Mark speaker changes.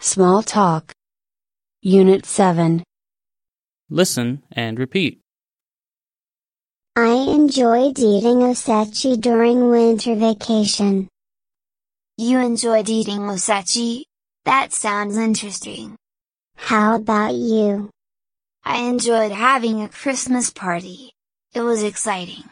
Speaker 1: Small Talk. Unit 7.
Speaker 2: Listen and repeat.
Speaker 3: I enjoyed eating osechi during winter vacation.
Speaker 4: You enjoyed eating osechi? That sounds interesting.
Speaker 3: How about you?
Speaker 4: I enjoyed having a Christmas party. It was exciting.